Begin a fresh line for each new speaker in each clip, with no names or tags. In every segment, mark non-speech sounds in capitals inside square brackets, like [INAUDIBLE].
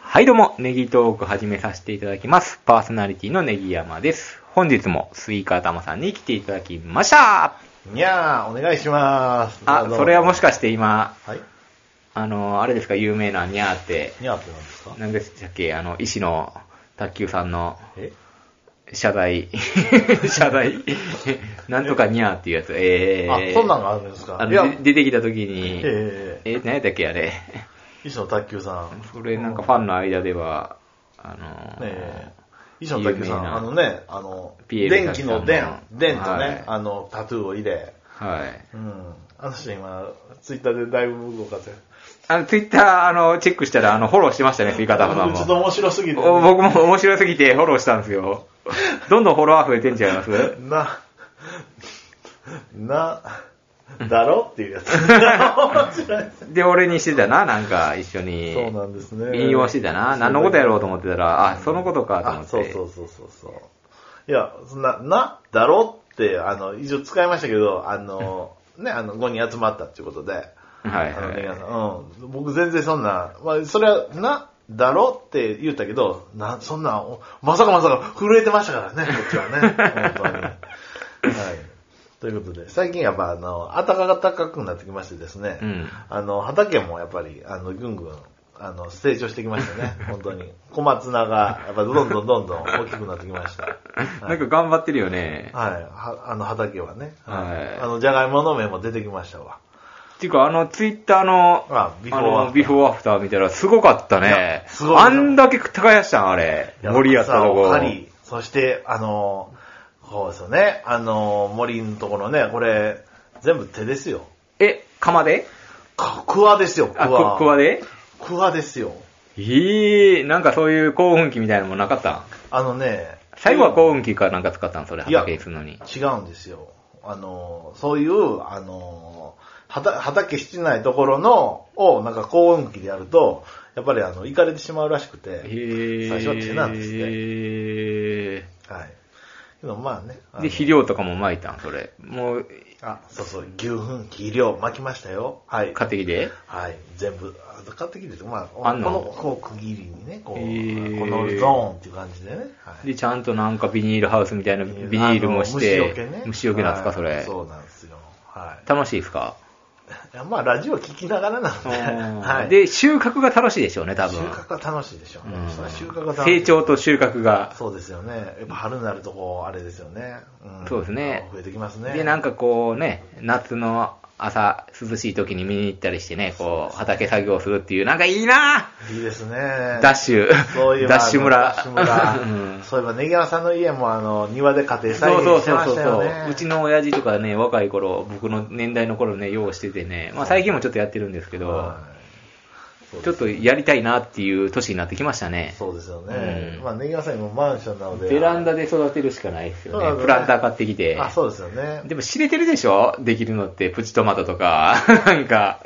はいどうも、ネギトーク始めさせていただきます。パーソナリティのネギ山です。本日もスイカ頭さんに来ていただきました
にゃー、お願いします。
あ、
の
それはもしかして今、
はい。
あの、あれですか、有名なニャーって、
にゃーって何ですか
何でしたっけ、あの、医師の卓球さんの
え
謝
[LAUGHS]
罪、謝罪、なんとかニャーっていうやつ、えー、
あ、そんなんがあるんです
あ
かいや
の、、で出てきた時に、
え
え、何やったっけ、あれ。
ー、石野卓球さん。
それなんかファンの間では、あの、
ねえ。石野卓球さ、
有名なん
あのね、あの、
ピエール
電気の電
卓球さ、んの
電と
はい
ね、あの、タトゥーを入れ、
はい。
うん。あの人今、ツイッターでだいぶ動かせ。
あの、ツイッター、あの、チェックしたら、あの、フォローしてましたね、スイカタフさん
うちょっと
も。
面白すぎて。
お僕も面白すぎてフォローしたんですよ。どんどんフォロワー増えてんちゃいます
な、な、だろっていうやつ。
[LAUGHS]
面白いです
で、俺にしてたな、なんか、一緒に。
そうなんですね。
引用してたな。何のことやろうと思ってたら、あ、そのことかと思
あ
って。
そうそうそうそうそういやそんななだろってあの一応使いましたけどあのねあの5人集まったっていうことで、
はい
あのね皆
は
さんうん、僕全然そんな、まあ、それはなだろって言ったけどなそんなおまさかまさか震えてましたからねこっちはね本当にはいということで、最近やっぱあの、暖かくなってきましてですね、
うん
あの、畑もやっぱり、あの、ぐんぐん、あの、成長してきまし
[LAUGHS]
たね、本当に。小松菜が、やっぱどんどんどんどん大きくなってきました。
い。なんか頑張ってるよね。
はい、はあの畑はね、
はい
あの、じゃがいもの芽も出てきましたわ。
っていうか、あの、ツイッターの、
あビフォー
あの
アフター
ビフォーアフター見たら、すごかったね。
やすごいな
あんだけ耕したん、あれ。森やったとこ。
あり、そして、あの、そうですよね、あの、森のところね、これ、全部手ですよ。
え、釜で
かクワですよ、ク
あ、
ワ。
くくわで
クワですよ。
ええなんかそういう興奮期みたいなのもなかったん
あのね、
最後は興奮期かなんか使ったんそれ、
いや
畑にするのに。
違うんですよ。あの、そういう、あの、畑畑してないところの、を、なんか高運期でやると、やっぱりあの、行かれてしまうらしく
へ
て、
ー
最初は手なんですね
へ
はい。けどまあね。
ー
あの
で、肥料とかも撒いたん、それ。もう、
あ、そうそう、牛糞、肥料、巻きましたよ。はい。
家庭で
はい。全部、あ買ってきてて、まあ、
あんの
この、こう区切りにね、こう、
へー
このゾーンっていう感じでね。はい
で、ちゃんとなんかビニールハウスみたいなビニールもして、
あの虫除けね。
虫除けなんですか、
はい
それ。
そうなんですよ。はい。
楽しいですか
いやまあ、ラジオ聞きながら
[LAUGHS]
なので、はい。
で、収穫が楽しいでしょうね、多分
収。穫は楽しいでしょうね。
うん
それは収穫が楽しい。
成長と収穫が。
そうですよね。やっぱ春になるとこう、あれですよね。ん
そうですね
増えてきますね。
で、なんかこうね、夏の朝、涼しい時に見に行ったりしてね、こう、畑作業するっていう、なんかいいなぁ
いいですね。
ダッシュ
そういえ
ダ
ば、
ッシュ村
ダッシュ村
[LAUGHS] うん
そういえば、ネギワさんの家も、あの、庭で家庭菜
そう
園
そう
して
そう
ま
そ
し
う
た
そ
よ
う、
ね。
うちの親父とかね、若い頃、僕の年代の頃ね、用しててね、まあ最近もちょっとやってるんですけど
は、いそう
ちょっとやりたいなっていう年になってきましたね。
そうですよね。
うん
まあ、ネギワさん今マンションなので。
ベランダで育てるしかないですよ
そうだ
ね。
ね
プランター買ってきて。
あ、そうですよ
[LAUGHS]
ね。
でも知れてるでしょできるのって、プチトマトとか、 [LAUGHS] なんか、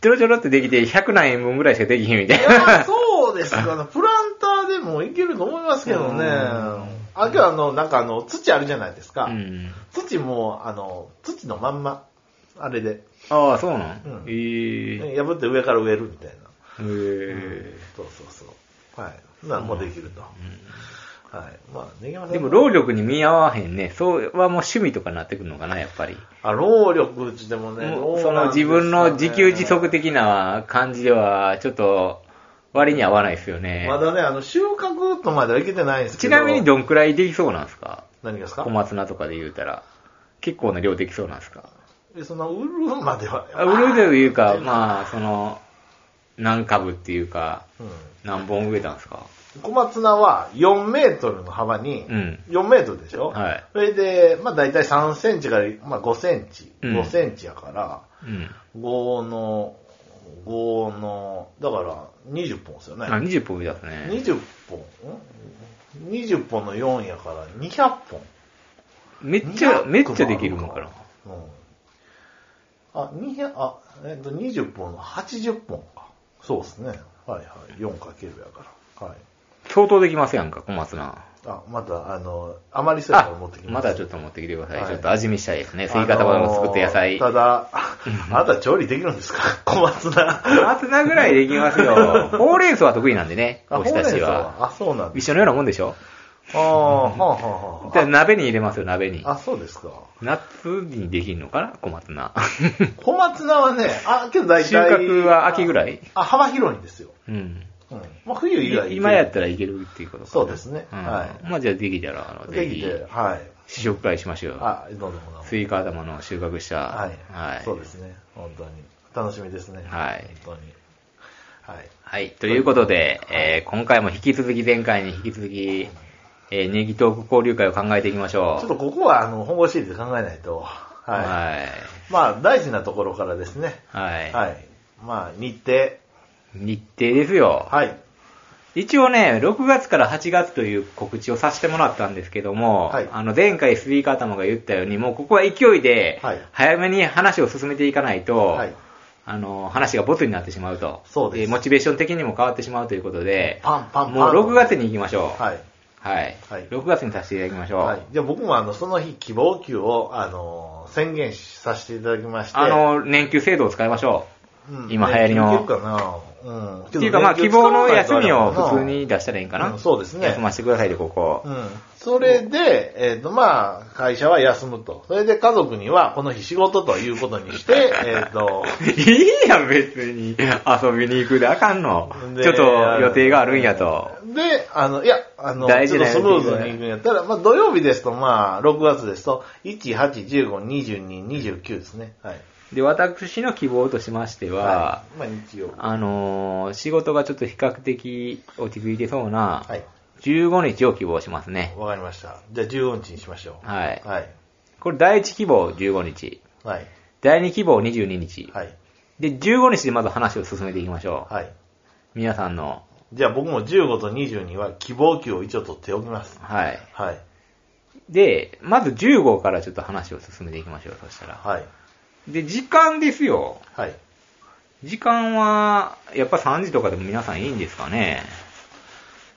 ちょろちょろってできて100何円分ぐらいしかできひんみたい
い
な。
や、そうですかね。プランターでもいけると思いますけど
うん
ね。あ、今日あの、なんかあの、土あるじゃないですか。
うん。
土も、あの、土のまんま、あれで、
ああ、そうなん、
うん
えー、え
破って上から植えるみたいな。
ー
そうそうそう。はい。なんもできると。はい。まあ、ねぎません
でも労力に見合わへんね。そうはもう趣味とかになってくるのかな、やっぱり。
あ、労力ってでもね、
もう
ど
そう
な
の
んです
自
かね
分の自給自足的な感じでは、ちょっと割に合わないですよね。
まだね、あの、収穫とまではいけてないんですけ
ち
ど。
なみにどんくらいできそうなんですか
何がですか
小松菜とかで言うたら。結構な量できそうなんですか
えその、売るまでは。
あ売るというか、
うん
まあ、その、何株っていうか、何本植えたんですか
小松菜は4メートルの幅に、
うん
4メートルでしょ
はい
それで、まあ大体3センチから、まあ5センチ、
うん
5センチやから、
うん。
5の、5の、だから20本ですよね。
あ、20本植えたんですね。
20本ん ?20 本の4やから200本。
めっちゃ、
200
めっちゃできるのかな。
うん。あ、200、あ、えっと、20本の80本か。そうですね。はいはい。4×やから。はい。
相当できますやんか、小松菜。
あ、また、あの、あまりそうやったら
あ
持ってき、ます。
またちょっと持ってきてください。
はい
ちょっと味見したいですね。スイカ玉の作って野菜。
あの
[LAUGHS]
ーただ、あなた調理できるんですか [LAUGHS] 小松菜。
小 [LAUGHS] 松菜ぐらいできます
[LAUGHS]
よ。ほうれん草は得意なんでね、
あ
おひた
ほうれん
し
草
は。
あ、そうなんで
一
す。
緒のようなもんでしょ
ああ、はあはあは
で鍋に入れますよ、鍋に
あ。。あ、そうですか。
夏にできるのかな小松菜。
小松菜はね、あ、けど大体。
収穫は秋ぐらい
あ、幅広いんですよ。
うん。
[LAUGHS] うん。まあ、冬以外
今やったたらいけるっていうことかな
そうですね
うん
はい
まあじゃあできたら、あの、
で
ぜ
き
ひ、
て、はい。
試食会しましょう。
あ、どうぞどうぞ。
スイカ頭の収穫した。
はい。
はい。
そうですね。本当に。楽しみですね。
はい
本当に。はい。
はい。ということで、えー今回も引き続き前回に引き続き、えーネギトーク交流会を考えていきましょう。
ちょっとここは、あの、本腰入れて考えないと。は
はい。
い。まあ、大事なところからですね。
はい。
はい。まあ、日程。
日程ですよ。
はい。
一応ね、6月から8月という告知をさせてもらったんですけども、
はい
あの前回スイカ頭が言ったように、もうここは勢いで
はい、
早めに話を進めていかないと、
はい。
あの、話がボツになってしまうと。
そうです
モチベーション的にも変わってしまうということで、
パンパンパン。
もう6月に行きましょう。
はい。
はい。
はい
6月にさせていただきましょう。
はい。じゃあ僕もあの、その日、希望給を、あの、宣言しさせていただきまして。
あの、年休制度を使いましょ
うん、
今流行りの
できるかなうん。
う。っていうか、まあ、希望の休みを
使わないとあれだも
普通
んな
に出したらいいんかな。
うんそうですね
休ませてくださいで、ここ。
うん。それで、えっ、と、まあ、会社は休むと。それで家族には、この日仕事ということに
[LAUGHS]
して、えっと、
いいやん、別に。遊びに行くであかんの。
で
ちょっと予定があるんやと。。
で、あの、いや、あの、
大
ちょ
事な
っと
やつ
スムーズにいくんやったら、まあ、土曜日ですと、まあ、6月ですと、1、8、15、22、29ですね。はい。
で、私の希望としましては
は、い、まあ、日曜日。
あのー仕事がちょっと比較的落ち着いてそうな、
はい。
15日を希望しますね。
わかりました。じゃあ15日にしましょう。
はい。
はい。
これ第1希望15日。
はい。
第2希望22日。
はい。
で、15日でまず話を進めていきましょう。
はい。
皆さんの。
じゃあ僕も15と22は希望級を一応取っておきます。
はい。
はい。
で、まず10号からちょっと話を進めていきましょう。そしたら。
はい。
で、時間ですよ。
はい。
時間は、やっぱ3時とかでも皆さんいいんですかね。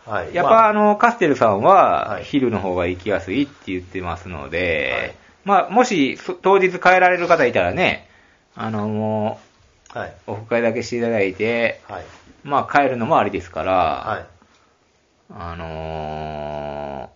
はい。
やっ
ま
ぱあの、カステルさんは
は、い
昼の方が行きやすいって言ってますので、まあ、もし、そ当日帰られる方いたらね、あの、も
あ、はい。
う、オフ会だけしていただいて、
はい。
まあ、帰るのもありですから、
はい。
あの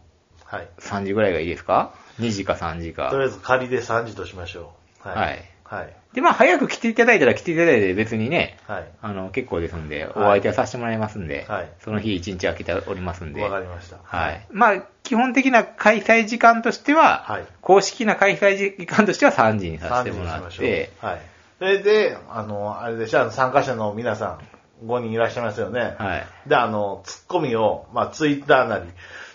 はい。
ー、3時ぐらいがいいですか ?2 時か3時
とりあ
か。
えず仮で3時としましょう。
はい。
はい。
で、まあ、早く来ていただいたら来ていただいて別にね、
はい。
あの、結構ですんで、お
い
相手はさせてもらいますんで、
はい
その日1日空けておりますんで、
わかりました。
はい。まあ、基本的な開催時間としては、
はい
公式な開催時間としては3時にさ
3
せて
時
も
にし
ら
ま
っ
しょう
て、。
はい。それで、あの、あれでしょ、あの参加者の皆さん、5人いらっしゃいますよね。
はい。
で、あの、ツッコミを、まあ、ツイッターなり、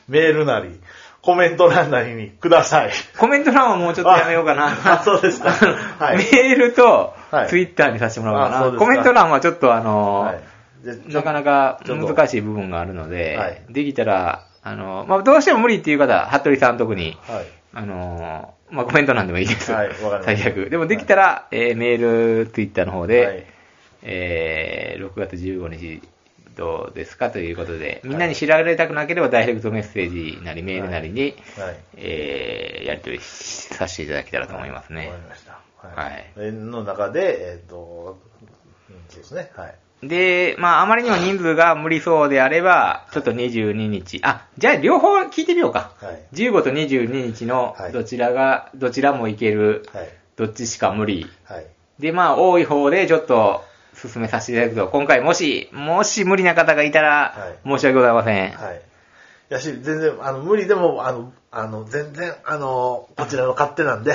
メールなり、コメント欄なりにください。
コメント欄はもうちょっとやめようかな。
[LAUGHS] ああそ
[LAUGHS]
うですかはい
メールと
は、い
ツイッターにさせてもらおうか
あ
な。
そうです
コ
か
メント欄はちょっとあの、
はい。じゃちょ
なかなか
ちょっと
難しい部分があるので、
はい
できたら、あの、まあ、どうしても無理っていう方は、服部さん特に、
はい。
あの、まあ、コメント欄でもいいです。
はいわかりました
最悪。でもできたら、えーメール、ツイッターの方で、
はい
えー6月15日どうですかということで、みんなに知られたくなければダイレクトメッセージなりメールなりに、
はい。
えーやり取りさせていただけたらと思いますね
わか。りました。
はい
それの中で、えっ、と、うんそうですね。はい。
で、まあ、あまりにも人数が無理そうであれば、ちょっと22日、あ、じゃあ両方聞いてみようか。
はい。
15と22日の
はい
どちらが、どちらもいける、
はい。
どっちしか無理。
はい。
で、まあ、多い方でちょっと進めさせていただくと、今回もし、もし無理な方がいた
は
ら
い、
申し訳ございません。
はい。やし、全然、あの、無理でも、あの、あの、全然、あの、こちらの勝手なん
[LAUGHS]
で。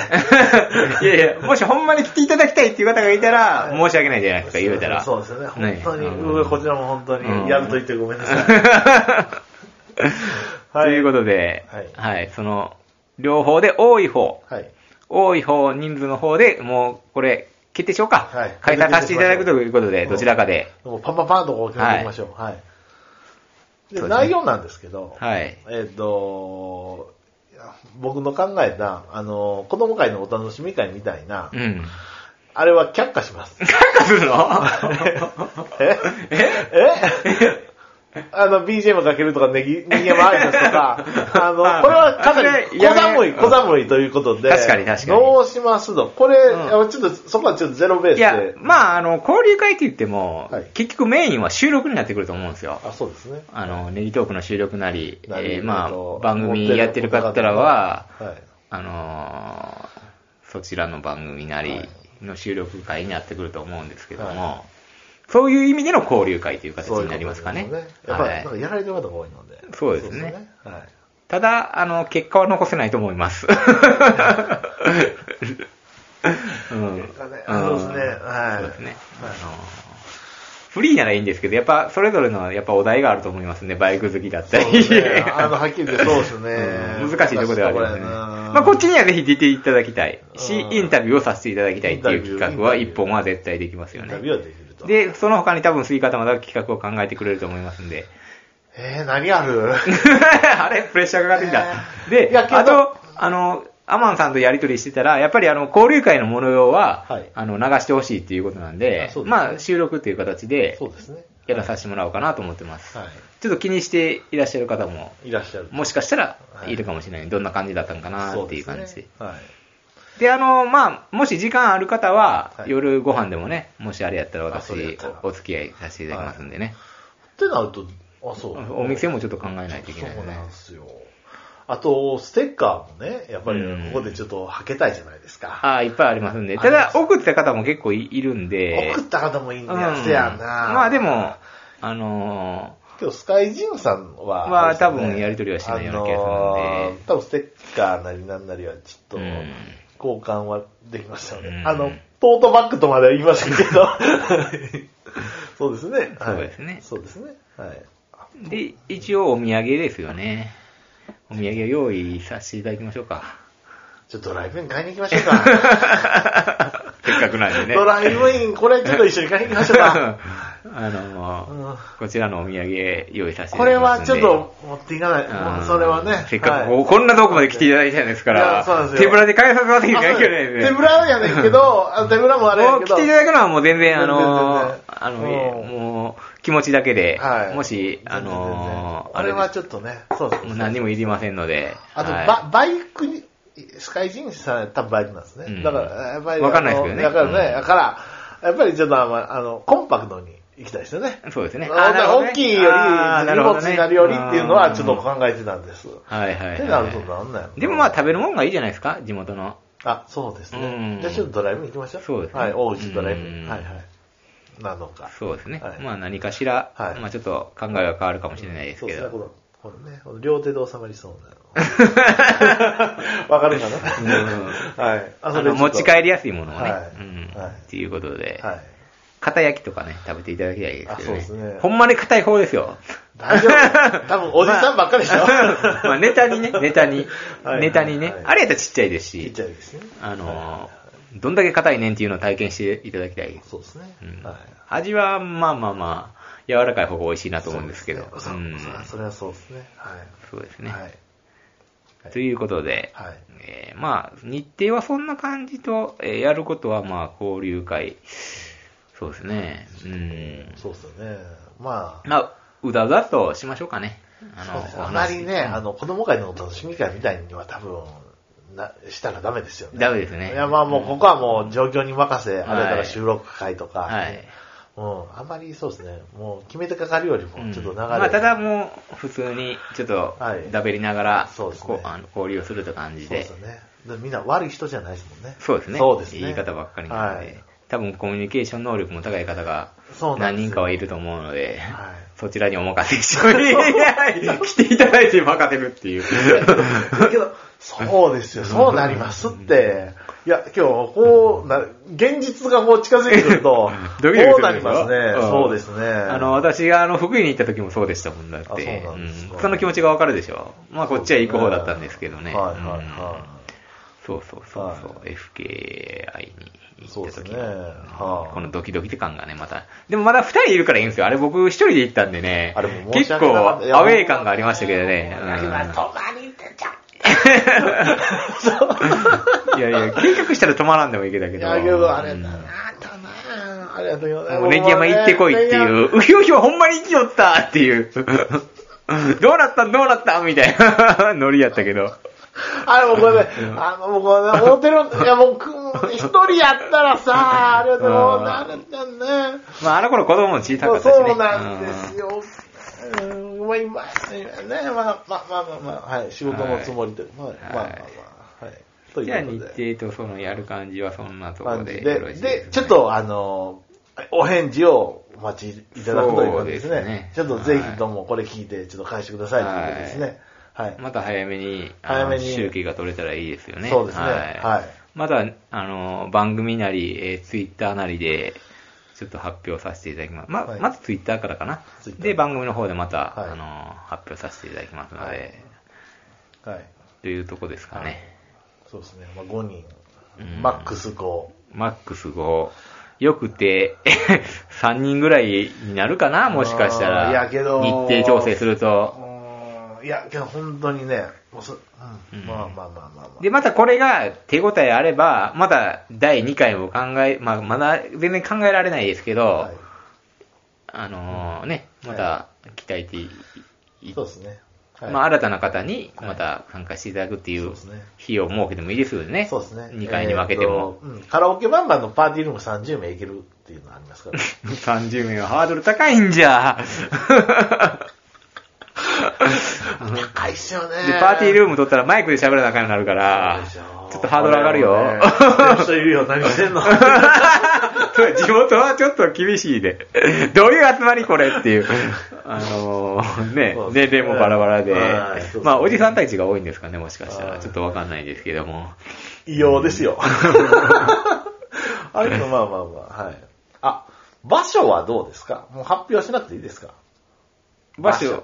いやいや、もしほんまに来ていただきたいっていう方がいたら、申し訳ないじゃないですか、言うたら。
そうですよね。本当に、
ね
うわこちらも本当
うん
に、やると言ってごめん
[LAUGHS]
なさい。は
と
い
いうことで、
はい
はい、その、両方で多い方、
はい。
多い方、人数の方でもう、これ、決定しようか。
はい
解散させていただくということで、
うん
どちらかで。
もうパンパンパンとこう決めていきましょう。はい。
そうで
で
すね
内容なんですけど、
はい。
えっ、と、いや僕の考えた、あの、子供会のお楽しみ会みたいな、
うん。
あれは却下します。
[LAUGHS]
[LAUGHS]
するの [LAUGHS]
えええあの、BGM かけるとか、ネギ、ネギ山挨拶とか、
[LAUGHS]
あの、
あ
これはかなり、
それや
小
め
寒
う
い、
ん
小寒いということで、
確かに確かに
どうしますと。これ、
う
ちょっと、そこはちょっとゼロベース
いや
で、。
まあ、あの、交流会って言っても、
はい
結局メインは収録になってくると思うんですよ。
あ、そうですね。
あの、ネギトークの収録なり、
なり
えーま
えっと
あ、番組やってる方らは、
はい。
あのーそちらの番組な
は
り
い
の収録会になってくると思うんですけども、
は
そういう意味での交流会という形
そうい
に
うこと
なりますかね。
ですよやっぱり、
はい
なんかやられてる方が多いので。
そうですね
はい。
[LAUGHS] ただ、あの、結果は残せないと思い
[LAUGHS]
ます。うん
結果ねそうですねはい
そうですね
はい
あのフリーならいいんですけど、やっぱ、それぞれの、やっぱお題があると思いますね。バイク好きだった
そう
り。
ですね。あ
[LAUGHS]
の、はっきり言ってそうですね
うん。難しいところではありますね。まあ、こっちにはぜひ出ていただきたいし、
うん
インタビューをさせていただきたいっていう企画は
インタビュー
一本は絶対できますよ
イン
ね
タ。ビューはできると。
で、その他に多分スイカ玉だ企画を考えてくれると思いますんで。
えー、何ある
[LAUGHS] あれプレッシャーかかってきた。
えーい
で、
やけど
あと、あの、アマンさんとやりとりしてたら、やっぱりあの、交流会の模様は、
はい
あの、流してほしいっていうことなん
あ
で、
そうですね
まあ、収録っていう形で
そうですね。
やらさせてもらおうかなと思ってます。
は
ちょっと気にしていらっしゃる方も、
い。いらっしゃる。
もしかしたら
はい
いるかもしれない。どんな感じだったのかな
そ
っ
う
てい
で
う
すね
感じで。
はい。
で、あの、まあ、もし時間ある方は、
はい
夜ご飯でもね、もしあれやったら
あそれやっ
私
たら、
おお付き合いさせていただきますんでね。
ってなると、あ、そう。
お店もちょっと考えないといけない
そ
よ
う
ね
なん。ですよ。あと、ステッカーもね、やっぱり
うん
ここでちょっとはけたいじゃないですか。
ああ、いっぱいありますんで。
あ
た
りま
だ
す、
送った方も結構いいるんで。
送った方もいいんだよ、
うん
せやな。
まあでも、あの
今日スカイジムさんは、
まあ
れですね
多分やり取りはしてないような気がするんで
あのー多分ステッカーなりなんなりはちょっと
うん
交換はできましたので、
うん
あの、トートバッグとまでは言いましたけ
[LAUGHS]
ど、そうですね、はい
そうですね
そうですね。はい。
ーで、一応お土産ですよね。お土産を用意させていただきましょうか。
ちょっとドライブイン買いに行きましょうか。
せっかくなんでね。
[LAUGHS] ドライブイン、これちょっと一緒に買いに行きましょ
[LAUGHS]
うか。
あのー
うん
こちらのお土産用意させていた
こ
だ
れ
きます
は
んで。
ちょっと持っていかない。
あ
も
ー、
うそれはね。
せっかくこ,、
はい
んな遠くまで来ていただいたんですか
いやそうなん
ら、
ですよ
手ぶらで返させますわけにはいかないですね。
手ぶらやねんけど、あの手ぶらもあれ
も
や
う
け
来
ど
てい、ただくのはもう全然、あ
全然全
の
然、
あの、
うん
もう気持ちだけで、
はい
もし、あ
全然全
の
然、
あ
あ
れ
れは
です
ちょっとね、そうそう
も
そう
う何にもいりませんので、
あと、
はい
ババイクに、スカイジンさん多分バイクなんですね。
うん
だから、やっぱり。
わかんないですけどね
あのだからね、
うん
だから、やっぱりちょっとあの、あのコンパクトに行きたいですよね。
そうですね。
あ
なるほどね
大きいより、
あー
荷物になるよりっていうのはちょっと
うん
考えてたんです。っ
はいはいはい。
てなるとなんなんやろ
でもまあ食べるもんがいいじゃないですか、地元の。
あ、そうですね
う。ん
じゃあちょっとドライブに行きましょう。
そうですね
はい、大内ドライブ
う。ん
はいはい。なのか。
そうですね
は。い
まあ何かしら、
はい
まあちょっと考えが変わるかもしれないです
そう
け
ですね、こ
ど。
の、このね、この両手で収まりそう
[LAUGHS]
な。わかるかなはい。
あ
それちょ
の
っと
持ち帰りやすいものをね
はい、
うん
は
っ
い
ていうことで、
はい。
片焼きとかね、食べていただきたいですけど
あそうです
ね
ね。
ほんまに硬い方ですよ。
大丈夫。多分おじさんばっかりでし
[LAUGHS]
ょ。
まあネタにね、ネタに
は、い
ネタにね
はい、
あれやったらちっちゃいです
ちっ
し
ち、ゃいですね。
あのー、どんだけ硬いねんっていうのを体験していただきたいです。
そうですね
うん。
はい。
味は、まあまあまあ、柔らかい方が美味しいなと思うんですけど。
そうです
う
ね
ん
そうそれはそうですね。はい。
そうですね。
はい。
ということで、
はい。
えーまあ、日程はそんな感じと、えーやることは、まあ、交流会。そうですね。うん。
そうですよね。まあ、
まあ、うだうだとしましょうかね。あ
そうですね
お
あ
話
まりね、あの、子供会のお楽しみ会みたいには多分、な、したらダメですよね。
ダメですね。
いや、まあもう、ここはもう状況に任
い
せ、あれから収録会とか、
はい。
うん、あんまりそうですね、もう決めてかかるよりも、ちょっと流れ、
うんまあ、ただもう、普通に、ちょっと
はい、
だべりながら、
そうですね
こあの交流するって感じ
そうで
で。
すよね。でみんな悪い人じゃないですもんね。
そうですね。
そうですね。
言い方ばっかりなので、
はい
多分コミュニケーション能力も高い方が
そうな
何
んですよ
人かはいると思うので、
はい
そちらにお任せ
[LAUGHS]
して、来ていただいて任せるっていう。、
だけど、そうですよ、そうなりますって。いや、今日、こうな、現実がこう近づいてくると
[LAUGHS] ドキドキするでしょ
こうなりますね。
うん
そうですね。
あの、私があの、福井に行った時もそうでしたもんだって。
あそうなんですか
うんその気持ちがわかるでしょ。まあ、こっちは行く方だったんですけどね。
はいはい
うん
は
そうそうそうそう、
は
FKI に行った時
そうですねはあ
このドキドキって感がね、また。でもまだ二人いるからいいんですよ。あれ僕一人で行ったんでね
あれも、申し
結
訳な
構
か
ア
っ
ウ
た
ェイ感がありましたけどね。うんいやいや、計画したら止まらんでもいいけどだけ
い。い
ど。
や、けどあれ
う
だ
ん
な、だな、ありがとうござい
も
ま
う
す。
ネギ山行ってこいって
ネギ
いう。うひょうひょほんまに行きよったって
[LAUGHS]
いう。どうなったどうなったみたいなノリやったけど。
山。あれもうこ
[LAUGHS]
れね、あのもうこれね、思ってる、いやもうく、一人やった
[LAUGHS]
らさ、ありがとうございます。なんだね。
まああの頃子供も小さかったしね。
そうなんですよ。うん、まあ今、ね、まあまあまあまあ、まあ、はい、仕事のつもりで、まあまあまあまあ、はい。
う
と
ん。じゃあ
いう
日
ことで。
程とそのやる感じはそんなところ
感じ
で
で、
よろしいすね
で、ちょっ、とあの、お返事をお待ちいただくという感じですね。
そうですね
ちょっとぜひともこれ聞いて、ちょっと返してくださいということですね。はい。
また早めに、
早めに
あの周期が取れたらいいですよね。
そうですね。
はい。
はい。
また、あの、番組なり、えー、ツイッターなりで、ちょっと発表させていただきます。ま、
はい
まずツイッターからかな。
Twitter
で、番組の方でまた、
はい
あの、発表させていただきますので、
はいはい。
というとこですかね。
はいそうですね。まあ、5人
うん、
マックス5。
マックス5、よくて、3人ぐらいになるかなもしかした
あ
ら。
ーいやけど
日程調整すると。
うーんいや、けど本当にね、もうそうん
うん
まあまあまあまあまあ。
で、またこれが手応えあれば、また第2回も考え、まあ、まだ全然考えられないですけど、
はい、
あのーね、また鍛えてい、い
そうですね。はい
まあ、新たな方にまた参加していただくってい
そう
う
ですね。
日を設けてもいいですよね。
そうですね。
2回に分けても。
えーとうんカラオケバンバンのパーティールーム30名いけるっていうのありま
[LAUGHS]
すから。
30名はハードル高いんじ
[LAUGHS]
ゃ。
高いっすよね。
で、パーティール
ー
ーム取ったらマイクで喋らなあかんようになるから、ちょっとハードル上がるよ。
人いるよ、何してん [LAUGHS] の。
そう [LAUGHS] 地元はちょっと厳しいで。どういう集まりこれっていう。あのーね
そう、です
年
ね
齢もバラバラで
はいそうです。ね
まあ、おじさんたちが多いんですかね、もしかしたら。
はい
ちょっとわかんないですけども。
異様ですよ。 [LAUGHS] あれまあまあまあ、はい。あ、場所はどうですかもう発表しなくていいですか
場所、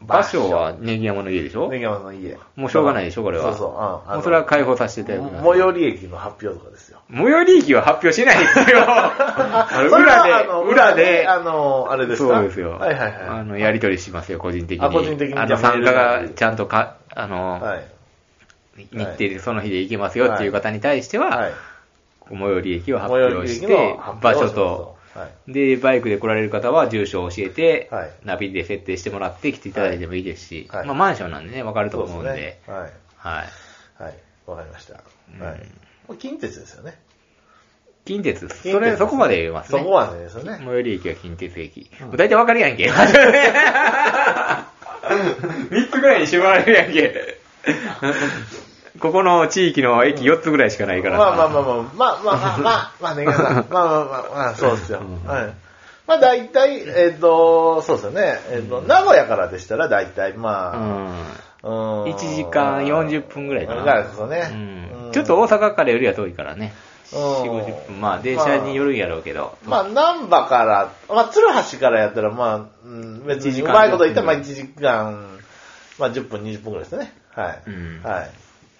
場
場所
所はネギ山の家でしょ
根山の家。
もうしょうがないでしょ、これは。
そうそううんあの
もうそれは解放させていただきます。
最寄り駅の発表とかですよ。
最寄り駅は発表しない
[LAUGHS]
ですよ。あの
それ
裏
は
で
あの、
裏で、
あの、あれですか
そうですよ。
はいはい
あ
は
の、やり取りしますよ、個人的に。
あ個人的に
あ
じ
の、
ゃあ
参加がちゃんとか、あの、
い。はい。
日程でその日で行けますよっていう方に対しては、
はい。
最寄り駅を発
最寄
表
り
し
駅
て
の発、
場
表をし
所
ます
と、。
はい。
で、バイクで来られる方は住所を教えて、
はい
ナビで設定してもらって来ていただいてもいいですし、
はい
まあマンションなんでね、わかると
そう
思うんで、
ですね。はい。
はい。
はい。わかりました。
うん
はい。もう近鉄ですよね。
近鉄、
近鉄
それ、そこまで言えますね。
そこはね、ですよ
最
ね。
寄り駅は近鉄駅。
うん
もう大体わかるやん
[LAUGHS]
け。3つぐらいに絞られるやんけ。ここの地域の駅4つぐらいしかない
ま
からさ。
あまあまあまあ、まあまあまあまあ、まあね、まあまあまあまあ、そうですよ。はい。まあ大体、えっと、そうですよね。えっと、名古屋からでしたら大体、まあ、うん
うん。1時間40分ぐらいかな。
ぐらいですよね
う。
うんん
ちょっと大阪からよりは遠いからね。4、
うん
50分。まあ、電車によるんやろうけど。
まあ、難波から、まあ、鶴橋からやったら、まあ、うん別
1時
にう
間
まいこと言ったら、まあ、1時間、まあ、10分、20分ぐらいですね。はい。
うん
はい。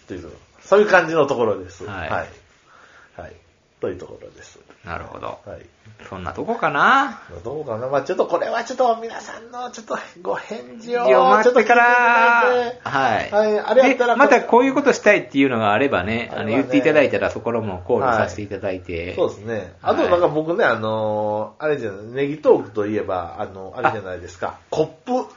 というところそういう感じのところです。
はい
はい。はいというところです。
なるほど。
はい。
そんなとこかな。
どうかなまあ、ちょっとこれはちょっと皆さんのちょっとご返事を
いや待ってから
ちょっと聞いていただいて
はい。
はいあれやったら
でまたこういうことしたいっていうのがあればね、あ
あれば
の、
ね
言っていただいたら、そこらも考慮させていただいて。
そうですね。あとなんか僕ね、あのー、あれじゃない、ネギトークといえば、あの、あれじゃないですか、コップ。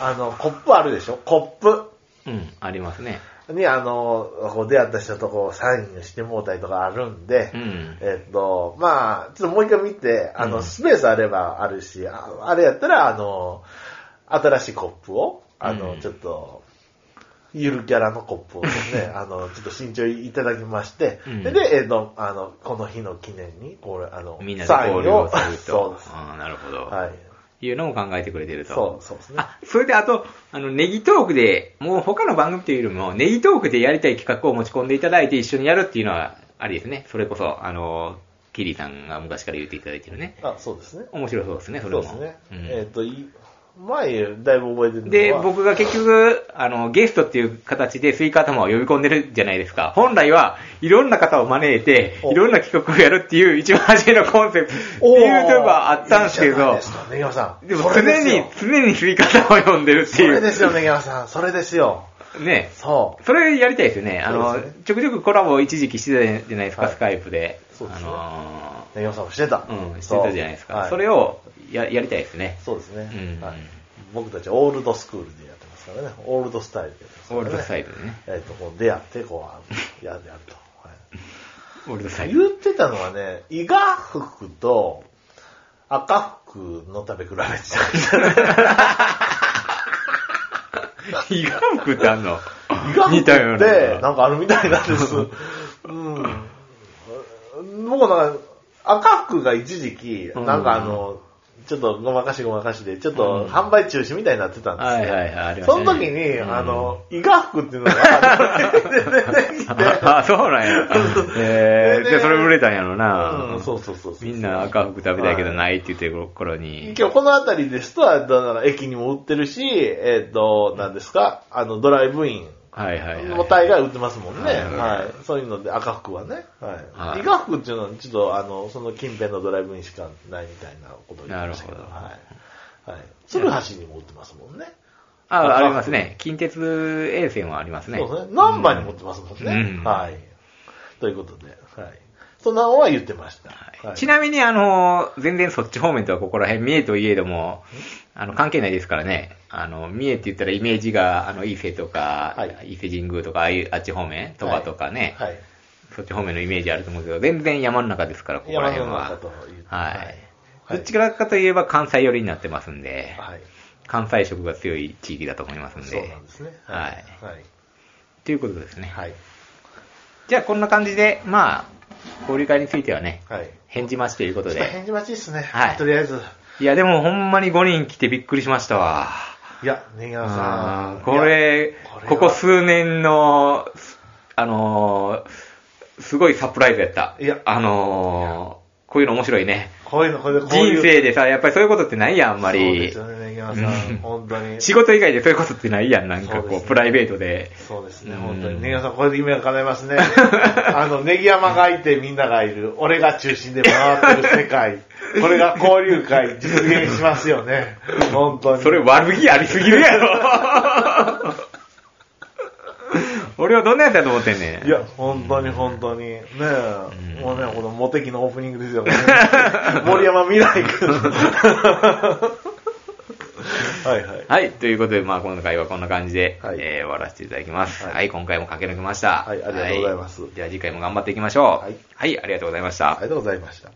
あの、コップあるでしょコッ
うん、ありますね。
プに、あのー、こう出会った人とこうサインしてもうたりとかあるんで、
うん。
えっと、まあ、ちょっともう一回見て、あ
う
の、
ん
スペースあればあるし、ああれやったら、あの、新しいコップを、あの、
うん
ちょっと、ゆるキャラのコッ
[LAUGHS]
プをですね、あの、ちょっと新調いただきまして、
うん
で、でえっと、あの、この日の記念に、これ、あの、
みんなで
サイン
交流をする
[LAUGHS] そう
と
で。す。
あーなるほど。
はい。
い。うのも考えてくれてると。
そう、そうですね。
あ、それであと、あの、ネギトークで、もう他の番組というよりも、ネギトークでやりたい企画を持ち込んでいただいて一緒にやるっていうのは、ありですね。それこそ、あの、キリさんが昔から言っていただいてるね。
あ、そうですね。
面白そうですね、それ
そう
も。
ですね。
うん
えっと、い前、だいぶ覚えてるのは
で、僕が結局、あの、ゲストっていう形でスイカ頭を呼び込んでるじゃないですか。本来はいろんな方を招いて、
お
いろんな企画をやるっていう一番初めのコンセプトって
おー
いうのがあったんですけ
いいじゃない
ど
で、すか根際さん。
でも
それ
常
すよ
に、常にスイカ頭を呼んでるっ
そ
てい
れで
う。
すよ、ねぎわさん。それですよ。
ね。
そ
それやりたいですよね。あ
そ
の、
うですね
ちょくちょくコラボを一時期してたじゃないですか、
はい
スカイプで。
そうですね
あ
ね、予算をしてた。
うん、してたじゃないですか。
そう
そ,、
はい
れをややりたいですね。
そうですね、
うん
はい。僕たちはオールドスクールでやってますからね。オールドスタイルでやってますか
オ
ら
ール
ね。
ドサイドでね。
えっ、と、こう出会って、こう、ややると。はい
オールドサイド。
言ってたのはね、伊賀服と赤服の食べ比べてた。
イガンクってあんの
伊賀
[LAUGHS]
服
似たよう
っ
な
て、なんかあるみたいなんです。うん。僕なんか、赤服が一時期、
うん
なんかあの、ちょっとごまかしごまかしで、ちょっ
う
と
ん
販売中止みたいになってたんですよ。
はいはいはいありました
そ
ね
の時に、
うん
あの、伊賀服っていうのが、出てきて、
あ、そうなん
[LAUGHS]
や。えー、
で
じゃあそれ売れたんやろな。
うん、そうそうそうそう。
みんな赤服食べたいけどないって言ってる頃に。
今日この辺りですと、だから駅にも売ってるし、えっ、と、何ですか、あの、ドライブイン
はいはい
も
は
大概売ってますもんね。
はいはいはい
はい。そういうので赤服はね。は。
はいい
伊賀服っていうのは、ちょっと、あの、その近辺のドライブインしかないみたいなことを言ってましたけど。
なるほど
はい。はい。鶴橋にも売ってますもんね。
い。あ、ありますね。近鉄沿線はありますね。
そうですね。何番に持ってますもんね。
うん
はい。ということで、はい。そんなのは言ってました。
はいちなみに、あの、全然そっち方面とはここら辺、三重といえども、あの、関係ないですからね。あの、三重って言ったらイメージが、あの、伊勢とか、
はい
伊勢神宮とか、ああいう、あっち方面、鳥羽とかね、
はい。
そっち方面のイメージあると思うけど、全然山の中ですから、ここら辺
山の中
は
と。言って。
はい
は
ど
い
っちからかといえば関西寄りになってますんで、
はい。
関西色が強い地域だと思いますん
そう
で
なん、ですね。
はい
はい。
ということですね。
はい。
じゃあ、こんな感じで、まあ、交流会についてはね、
はい。
返事待ちというこ
ち
と
ょっと
で。
返事待ちですね。
はい
とりあえず。
[LAUGHS] いや、でもほんまに5人来てびっくりしましたわ。
いや、ネギ
あ
さん
ー。これ
これは
ここ数年の、あのーすごいサプライズやった。
いや
あのーこういうの面白いね。
こういうの、これでこういう。
人生でさ、やっぱりそういうことってないやん、あんま
そうで
り
す。よね、ネギさん。本当に。
仕事以外でそういうことってないやん、なんか
そう
こう、
ですね
プライベートで。
そうですね、
うん
本当に。ネギさん、これで夢が叶います
[LAUGHS]
ね。あの、ネギ山がいてみんながいる。俺が中心で回ってる世界。これが交流会実現しますよね。本当に。
それ悪気ありすぎるやろ。
[LAUGHS]
俺はどんなやつやと思ってんねん。
いや、本当に本当に。ねえ、もうね、このモテキのオープニングで
[LAUGHS]
すよ、これ森山未来君。はいはい。
はい、ということで、まあ、今回はこんな感じで、
はい
えー終わらせていただきます。
は
はいい、今回も駆け抜けました。
はいありがとうございます
はでは次回も頑張っていきましょう。
は
はいい、ありがとうございました。
ありがとうございました。